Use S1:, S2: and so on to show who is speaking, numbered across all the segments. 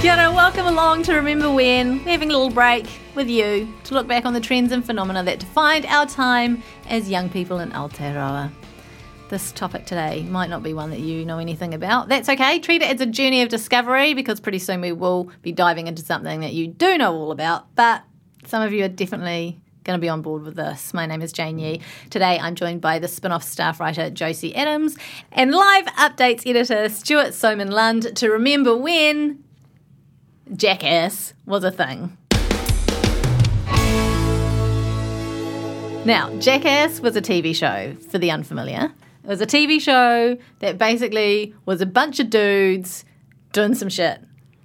S1: Kia ora, welcome along to Remember When. We're having a little break with you to look back on the trends and phenomena that defined our time as young people in Aotearoa. This topic today might not be one that you know anything about. That's okay, treat it as a journey of discovery because pretty soon we will be diving into something that you do know all about, but some of you are definitely going to be on board with this. My name is Jane Yee. Today I'm joined by the spin off staff writer Josie Adams and live updates editor Stuart Soman Lund to remember when jackass was a thing. Now, Jackass was a TV show for the unfamiliar. It was a TV show that basically was a bunch of dudes doing some shit,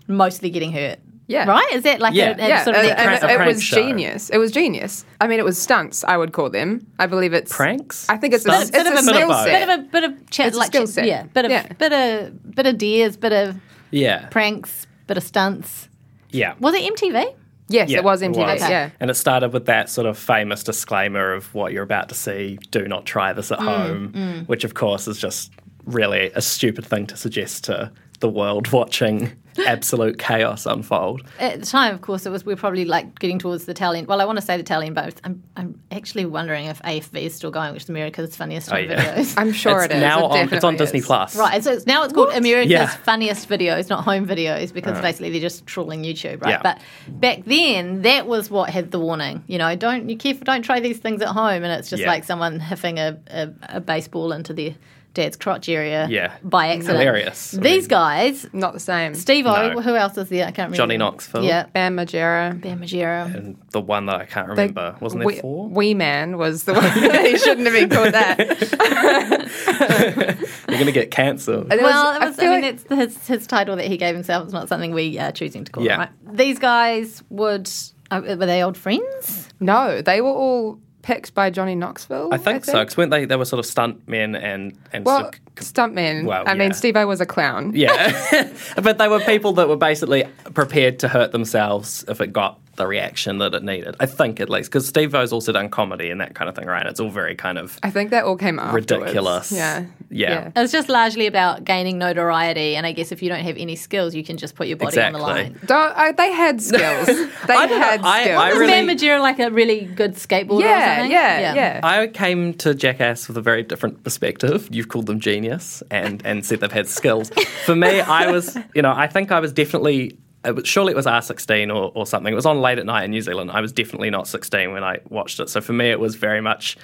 S1: mostly getting hurt.
S2: Yeah.
S1: Right? Is that like
S3: Yeah.
S1: a, a
S2: Yeah,
S1: sort of
S2: and-
S1: that
S2: and
S1: kind
S3: a
S1: of-
S2: it,
S3: prank
S2: was
S3: show.
S2: genius. It was genius. I mean, it was stunts. I would call them. I believe it's
S3: Pranks?
S2: I think it's
S3: Stunts?
S2: a, it's
S1: Bit
S2: a
S1: of
S3: a
S2: skill
S3: both.
S2: set.
S1: bit of a bit of chat
S2: It's a
S1: like
S2: skill
S1: chat-
S2: set.
S1: Yeah, bit of
S2: Yeah.
S1: bit of bit of dares, bit of
S3: Yeah.
S1: pranks, bit of stunts.
S3: yeah.
S1: Was it MTV?
S2: yes,
S3: Yeah,
S2: it was
S3: it
S2: MTV.
S3: was.
S2: Yeah,
S3: And it started with that sort of famous disclaimer of what you're about to see, do not try this
S2: Mm,
S3: at home, which of course is just really a stupid thing to suggest to the world watching absolute chaos unfold.
S1: at the time, of course, it was we were probably like getting towards the tail end. Well, I want to say the tail end, but I'm, I'm actually wondering if AFV is still going, which is America's funniest home
S3: Oh, yeah.
S1: videos.
S2: I'm sure
S3: it's
S2: it is.
S3: now
S2: It
S3: on it's on
S2: definitely
S3: Disney
S2: is.
S3: Plus.
S1: Right, so it's, now it's called America's
S3: Yeah.
S1: Funniest Videos, not Home Videos, because basically they're just trawling YouTube, right?
S3: Yeah.
S1: But back then, that was what had the warning. You know, don't you careful, don't try these things at home, and it's just
S3: Yeah.
S1: like someone hiffing a, a, a baseball into their dad's crotch area
S3: Yeah.
S1: by accident.
S3: Hilarious. I
S1: These guys,
S2: Not the same.
S1: Steve O,
S3: No.
S1: who else is there? I can't remember.
S3: Johnny Knoxville.
S1: Yeah,
S2: Bam Majera.
S1: Ben Majera.
S3: And the one that I can't remember. Wasn't there
S2: Wee,
S3: four?
S2: Wee Man was the one. he shouldn't have been called that. It
S3: You're gonna get cancelled.
S2: was-
S1: Well, it was, I,
S2: feel
S1: mean,
S2: like-
S1: it's his, his title that he gave himself. It's not something we are choosing to call it,
S3: Yeah.
S1: right? These guys would. Uh, were they old friends?
S2: no, they were all picked by Johnny Knoxville.
S3: I think so, because weren't they they were sort of stunt men and, and
S2: Well,
S3: sort of-
S2: stuntman.
S3: Well,
S2: I mean,
S3: yeah.
S2: Steve O was a clown.
S3: Yeah. but they were people that were basically prepared to hurt themselves if it got the reaction that it needed. I think at least. Because Steve O's also done comedy and that kind of thing, right? It's all very kind of
S2: I think that all came afterwards.
S3: ridiculous.
S2: Yeah.
S3: Yeah.
S1: It was just largely about gaining notoriety, and I guess if you don't have any skills, you can just put your body
S3: Exactly.
S1: on the line.
S2: Don't, I, they had skills. They
S3: don't know.
S2: had
S3: I-
S2: skills.
S3: I
S1: Was
S3: really-
S1: Ben Majera like a really good skateboarder? or
S2: yeah,
S1: something?
S2: yeah, yeah,
S3: I came to Jackass with a very different perspective. You've called them genius and, and said they've had skills. For me, I was, you know, I think I was definitely, it was, surely it was R16 or, or something. It was on late at night in New Zealand. I was definitely not 16 when I watched it. So for me, it was very much.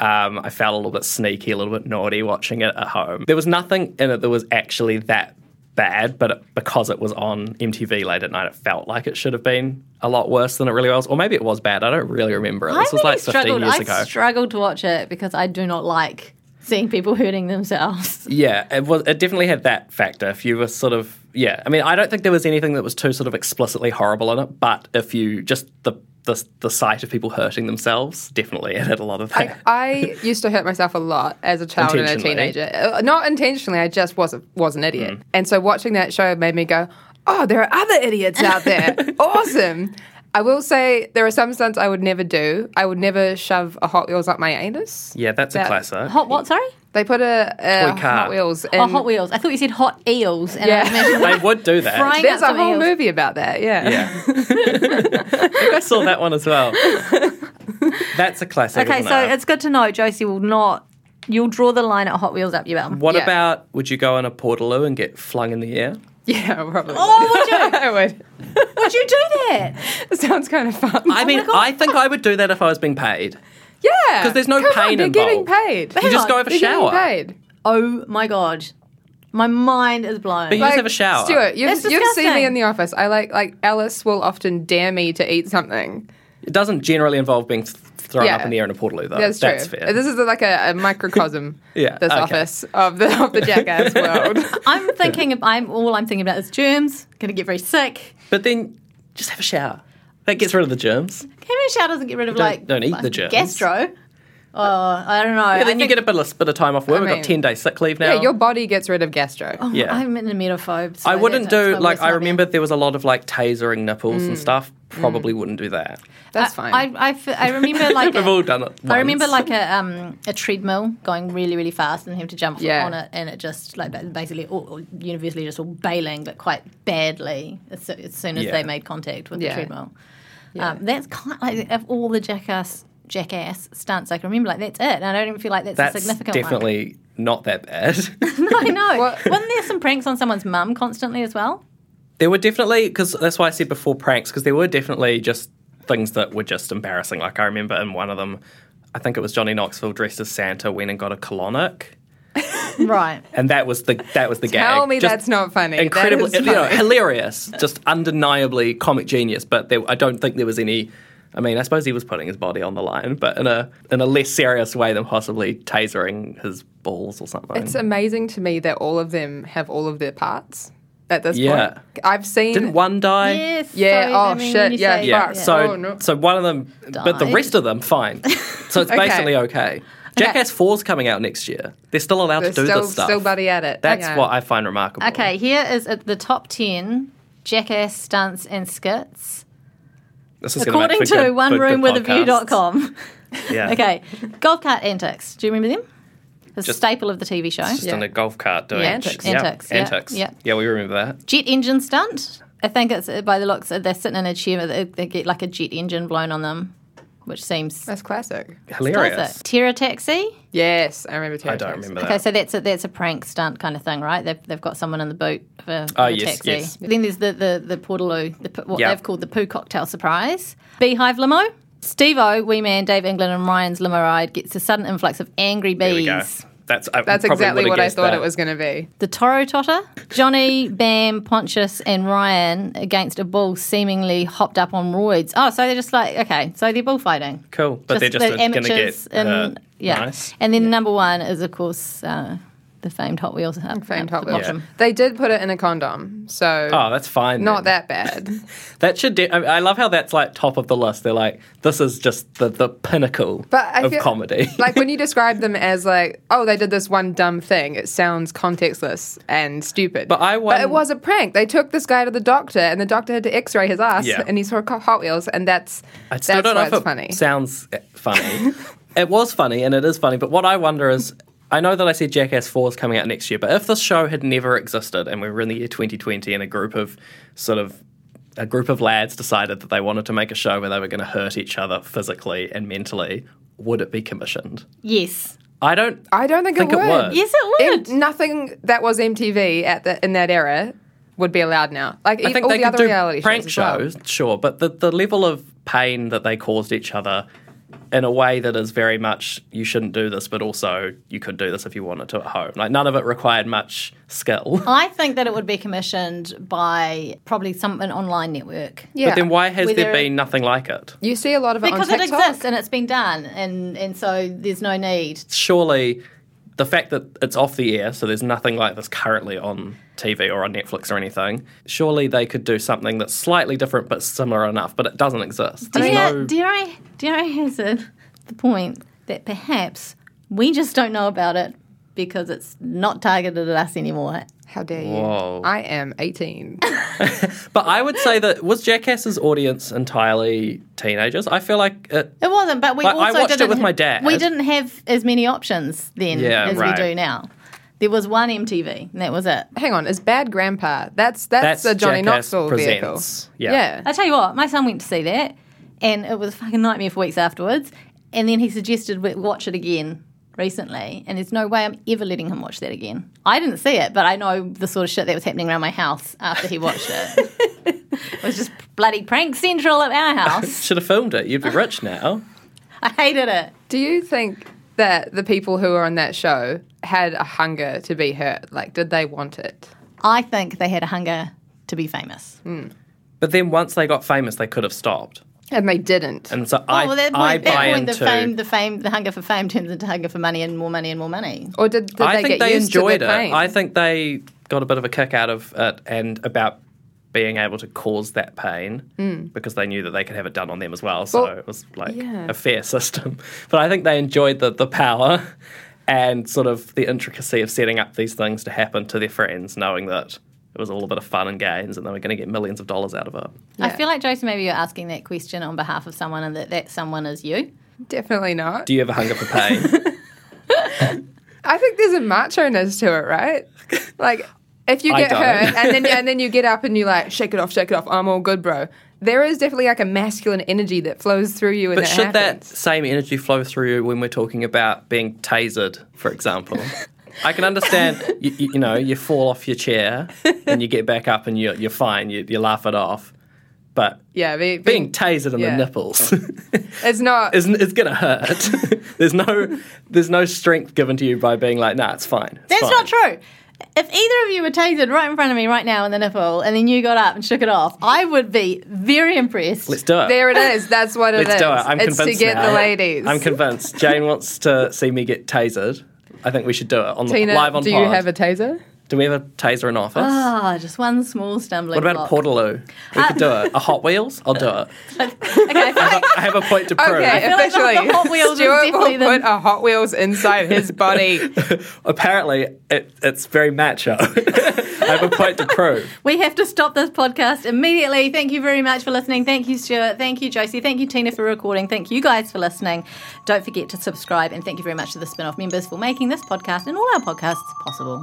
S3: Um, I felt a little bit sneaky, a little bit naughty watching it at home. There was nothing in it that was actually that bad, but it, because it was on MTV late at night, it felt like it should have been a lot worse than it really was. Or maybe it was bad. I don't really remember it. This
S1: I
S3: was
S1: really
S3: like 15
S1: struggled.
S3: years
S1: I
S3: ago.
S1: struggled to watch it because I do not like seeing people hurting themselves.
S3: Yeah, it was. It definitely had that factor. If you were sort of, yeah, I mean, I don't think there was anything that was too sort of explicitly horrible in it, but if you just the the, the sight of people hurting themselves, definitely it had a lot of that.
S2: I used to hurt myself a lot as a child and a
S3: Intentionally. Mm.
S2: teenager. Uh, Not intentionally, I just was a, was an idiot. And so watching that show made me go, "Oh, there are other idiots out there. awesome." I will say there are some stunts I would never do. I would never shove a Hot Wheels up my anus.
S3: yeah, that's a
S2: that-
S3: classic.
S1: Hot what? Sorry,
S2: They put a, a
S3: Toy car.
S2: Hot Wheels in.
S1: oh, Hot Wheels. I thought you said hot eels, and
S2: Yeah.
S1: I imagined
S3: they would do that.
S1: frying
S2: There's
S1: up
S2: a
S1: some
S2: whole
S1: eels.
S2: movie about that. Yeah.
S3: Yeah, I think I saw that one as well. That's a classic.
S1: Okay,
S3: isn't
S1: so
S3: it?
S1: it's good to know Josie will not You'll draw the line at Hot Wheels up your bum.
S3: What
S2: Yeah.
S3: about would you go on a portaloo and get flung in the air?
S2: Yeah, probably.
S1: Oh, would you?
S2: I would.
S1: Would you do that?
S2: It sounds kind of fun.
S1: Oh
S3: I mean, I think I would do that if I was being paid.
S2: yeah,
S3: 'cause there's no
S2: Come
S3: pain
S2: on, they're getting
S3: involved.
S2: paid.
S3: You just
S1: on,
S3: go have a
S2: They're
S3: shower.
S2: getting paid.
S1: Oh my god, my mind is blown.
S3: But you just have a shower.
S2: Stuart, you've,
S1: That's
S2: you've seen
S1: disgusting.
S2: me in the office. I like like Alice will often dare me to eat something.
S3: It doesn't generally involve being th- thrown
S2: Yeah.
S3: up in the air in a portaloo, though.
S2: That's true.
S3: Oh, fair.
S2: This is like a, a microcosm.
S3: Yeah,
S2: This
S3: okay.
S2: office of the of the jackass world.
S1: I'm thinking. Of, I'm all I'm thinking about is germs. Gonna get very sick.
S3: but then just have a shower. That gets rid of the germs.
S1: Kevin Shaw doesn't get rid of
S3: Don't-
S1: like
S3: don't eat
S1: like
S3: the germs.
S1: Gastro. Oh, I don't know.
S3: Yeah, then you get a bit of, bit of time off work.
S2: I
S3: We've
S2: mean-
S3: got 10 day sick leave now.
S2: yeah, your body gets rid of gastro.
S3: yeah.
S1: I'm in a metaphobe. so
S3: I wouldn't
S1: that's
S3: do,
S1: my
S3: like,
S1: worst
S3: I
S1: nightmare.
S3: remember there was a lot of, like, tasering nipples
S1: Mm.
S3: and stuff. Probably wouldn't do that.
S2: That's
S1: I-
S2: fine.
S1: I, I f- I remember like
S3: We've
S1: a-
S3: all done it.
S1: I remember
S3: once.
S1: like a um, a treadmill going really really fast and having to jump
S2: Yeah.
S1: on it and it just like ba- basically all, all- universally just all bailing but quite badly as, so- as soon as
S3: Yeah.
S1: they made contact with
S2: Yeah.
S1: the treadmill. Um, that's kind of like of all the jackass jackass stunts I can remember. Like that's it. And I don't even feel like that's,
S3: That's
S1: a significant one.
S3: definitely not that bad.
S1: I know.
S2: What-
S1: Wasn't there some pranks on someone's mum constantly as well?
S3: There were definitely because that's why I said before pranks because there were definitely just things that were just embarrassing. Like I remember in one of them, I think it was Johnny Knoxville dressed as Santa went and got a colonic,
S1: Right.
S3: and that was the that was the gag.
S2: Tell me
S3: Just
S2: that's not funny. That
S3: incredibly,
S2: is
S3: you know,
S2: funny.
S3: hilarious, just undeniably comic genius. But there, I don't think there was any. I mean, I suppose he was putting his body on the line, but in a in a less serious way than possibly tasering his balls or something.
S2: It's amazing to me that all of them have all of their parts at this
S3: Yeah.
S2: point. I've seen.
S3: Didn't one die?
S1: Yes.
S2: Yeah,
S1: sorry,
S2: oh,
S1: I mean,
S2: shit,
S1: when you
S2: yeah,
S1: say-
S3: Yeah.
S2: Yeah.
S3: So
S2: Oh, no.
S3: so one of them, but the
S1: Died.
S3: rest of them, fine. So it's
S2: Okay.
S3: basically okay. Jackass Four's coming out next year. They're still allowed
S2: they're
S3: to do
S2: still,
S3: this stuff.
S2: still buddy at it.
S3: That's
S2: Yeah.
S3: what I find remarkable.
S1: Okay, here is uh, the top 10 jackass stunts and skits.
S3: This is gonna make
S1: According
S3: for
S1: to
S3: good- for good podcasts.
S1: oneroomwithaview.com.
S3: Yeah.
S1: okay, golf cart antics. Do you remember them? A staple of the TV show.
S3: Just in a golf cart doing
S2: Yeah, antics.
S3: Yeah.
S1: Antics, yeah,
S3: Antics.
S1: yeah.
S3: Yeah, we remember that.
S1: Jet engine stunt. I think it's uh, by the looks, uh, they're sitting in a chair, they, they get like a jet engine blown on them, which seems
S2: That's classic.
S3: Hilarious.
S1: classic. Terror taxi.
S2: Yes, I remember.
S3: I don't remember that.
S1: Okay, so that's a, that's a prank stunt kind of thing, right? They've, they've got someone in the boot for
S3: Oh,
S1: the
S3: yes,
S1: taxi.
S3: yes.
S1: Then there's the the, the portaloo, the, p- what
S3: Yeah.
S1: they've called the poo cocktail surprise, beehive limo. Steve-O, Wee Man, Dave England, and Ryan's limo ride gets a sudden influx of angry
S3: There we go.
S1: bees.
S3: That's I
S2: That's
S3: probably
S2: exactly
S3: would've
S2: what I
S3: guessed
S2: thought
S3: that.
S2: it was going to be.
S1: The Toro Totter, Johnny, Bam, Pontius, and Ryan against a bull seemingly hopped up on roids. Oh, so they're just like okay, so they're bullfighting.
S3: Cool, but they're just
S1: the
S3: going to
S1: amateurs
S3: get
S1: and
S3: uh,
S1: yeah.
S3: nice.
S1: And then number one is of course uh, the famed Hot Wheels. Up,
S2: Famed
S1: up
S2: Hot
S1: the
S2: Wheels.
S1: bottom.
S2: They did put it in a condom, so
S3: Oh, that's fine.
S2: not
S3: then.
S2: that bad.
S3: That should. De- I I love how that's like top of the list. They're like, this is just the, the pinnacle
S2: But I
S3: of
S2: feel-
S3: comedy.
S2: like when you describe them as like, oh, they did this one dumb thing. It sounds contextless and stupid.
S3: But I
S2: But it
S3: won-
S2: was a prank. They took this guy to the doctor, and the doctor had to X-ray his ass,
S3: Yeah.
S2: and he saw co- Hot Wheels, and that's
S3: I
S2: that's
S3: still don't know
S2: why
S3: if
S2: it's
S3: it
S2: funny.
S3: sounds uh, funny. it was funny and it is funny, but what I wonder is I know that I said Jackass 4 is coming out next year, but if this show had never existed and we were in the year 2020 and a group of sort of a group of lads decided that they wanted to make a show where they were going to hurt each other physically and mentally, would it be commissioned?
S1: Yes.
S3: I don't
S2: I don't think,
S3: think
S2: it
S3: it
S2: would.
S3: would.
S1: Yes, it would.
S2: And nothing that was MTV at the, in that era would be allowed now. Like e-
S3: I think
S2: all
S3: they
S2: the
S3: could
S2: other
S3: do
S2: reality
S3: prank
S2: shows, as well.
S3: shows, sure, but the, the level of pain that they caused each other in a way that is very much you shouldn't do this, but also you could do this if you wanted to at home. Like none of it required much skill.
S1: I think that it would be commissioned by probably some an online network.
S2: Yeah.
S3: But then why has there
S1: Whether-
S3: been nothing like it?
S2: You see a lot of it
S1: Because
S2: on
S1: it
S2: TikTok.
S1: exists and it's been done and, and so there's no need.
S3: Surely the fact that it's off the air, so there's nothing like this currently on TV or on Netflix or anything, surely they could do something that's slightly different but similar enough, but it doesn't exist. There's
S1: Dare,
S3: no-
S1: dare I dare I hazard the point that perhaps we just don't know about it because it's not targeted at us anymore.
S2: How dare you?
S3: Whoa.
S2: I am 18.
S3: But I would say that was Jackass's audience entirely teenagers? I feel like it
S1: It wasn't, but we
S3: Like, I
S1: also
S3: watched it
S1: didn't
S3: with my dad.
S1: We didn't have as many options then
S3: Yeah,
S1: as
S3: right.
S1: we do now. There was one MTV and that was it.
S2: Hang on, is Bad Grandpa? That's that's,
S3: That's
S2: a Johnny
S3: Jackass
S2: Knoxville
S3: Presents.
S2: vehicle.
S3: Yeah.
S1: I tell you what, my son went to see that, and it was a fucking nightmare for weeks afterwards. And then he suggested we watch it again recently, and there's no way I'm ever letting him watch that again. I didn't see it, but I know the sort of shit that was happening around my house after he watched it. it was just bloody prank central at our house.
S3: Should have filmed it. You'd be rich now.
S1: I hated it.
S2: Do you think that the people who were on that show had a hunger to be hurt? Like, did they want it?
S1: I think they had a hunger to be famous.
S3: But then once they got famous, they could have stopped.
S2: And they didn't.
S3: And so I,
S1: well, that point,
S3: I
S1: that
S3: buy
S1: point
S3: into.
S1: the fame, the fame, the hunger for fame turns into hunger for money and more money and more money.
S2: or did, did they
S3: I
S2: get
S3: think they
S2: used
S3: enjoyed
S2: to
S3: it.
S2: the pain?
S3: I think they got a bit of a kick out of it and about being able to cause that pain because they knew that they could have it done on them as well. So
S2: Hmm. Well,
S3: it was like
S2: yeah.
S3: a fair system. But I think they enjoyed the, the power and sort of the intricacy of setting up these things to happen to their friends, knowing that it was all a bit of fun and games and they were going to get millions of dollars out of it.
S1: I feel like Jason, maybe you're asking that question on behalf of someone, and that that someone is you.
S2: Definitely not.
S3: Do you ever hunger for pain?
S2: I think there's a macho-ness to it, right? Like, if you
S3: I
S2: get
S3: don't.
S2: hurt and then and then you get up and you like shake it off, shake it off. I'm all good, bro. There is definitely like a masculine energy that flows through you, and
S3: but
S2: that
S3: should that
S2: happens.
S3: same energy flow through when we're talking about being tasered, for example? I can understand, you, you, you know, you fall off your chair and you get back up and you're, you're fine, you, you laugh it off. But
S2: yeah, be,
S3: being tasered in
S2: yeah.
S3: the nipples
S2: it's not.
S3: is it's going to hurt. there's no there's no strength given to you by being like, nah, it's fine. it's
S1: That's
S3: fine."
S1: not true. If either of you were tasered right in front of me right now in the nipple, and then you got up and shook it off, I would be very impressed.
S3: Let's do it.
S2: there it is. That's what it is.
S3: Let's do it. I'm
S2: it's to
S3: convinced
S2: get
S3: now.
S2: the ladies.
S3: I'm convinced. Jane wants to see me get tasered. I think we should do it on the
S2: Tina,
S3: live on
S2: do
S3: pod.
S2: you have a taser?
S3: do we have a taser in office?
S1: Ah, just one small stumbling
S3: What about a
S1: block.
S3: Portaloo? We could do it. A Hot Wheels? I'll do it.
S1: okay, I feel like
S3: I have a point to prove.
S2: Okay,
S1: feel like the-
S2: officially,
S1: the Hot Wheels is
S2: Stuart will
S1: definitely the-
S2: put a Hot Wheels inside his body.
S3: Apparently, it, it's very macho. I have a point to prove.
S1: we have to stop this podcast immediately. Thank you very much for listening. Thank you, Stuart. Thank you, Josie. Thank you, Tina, for recording. Thank you guys for listening. Don't forget to subscribe, and thank you very much to the spin off members for making this podcast and all our podcasts possible.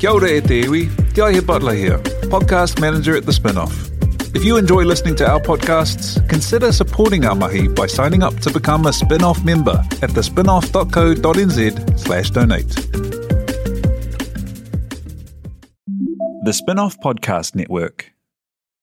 S4: Kia ora e te iwi, Te Aihe Butler here, podcast manager at The Spinoff. If you enjoy listening to our podcasts, consider supporting our mahi by signing up to become a spin-off member at thespinoff.co.nz slash donate. The Spinoff Podcast Network.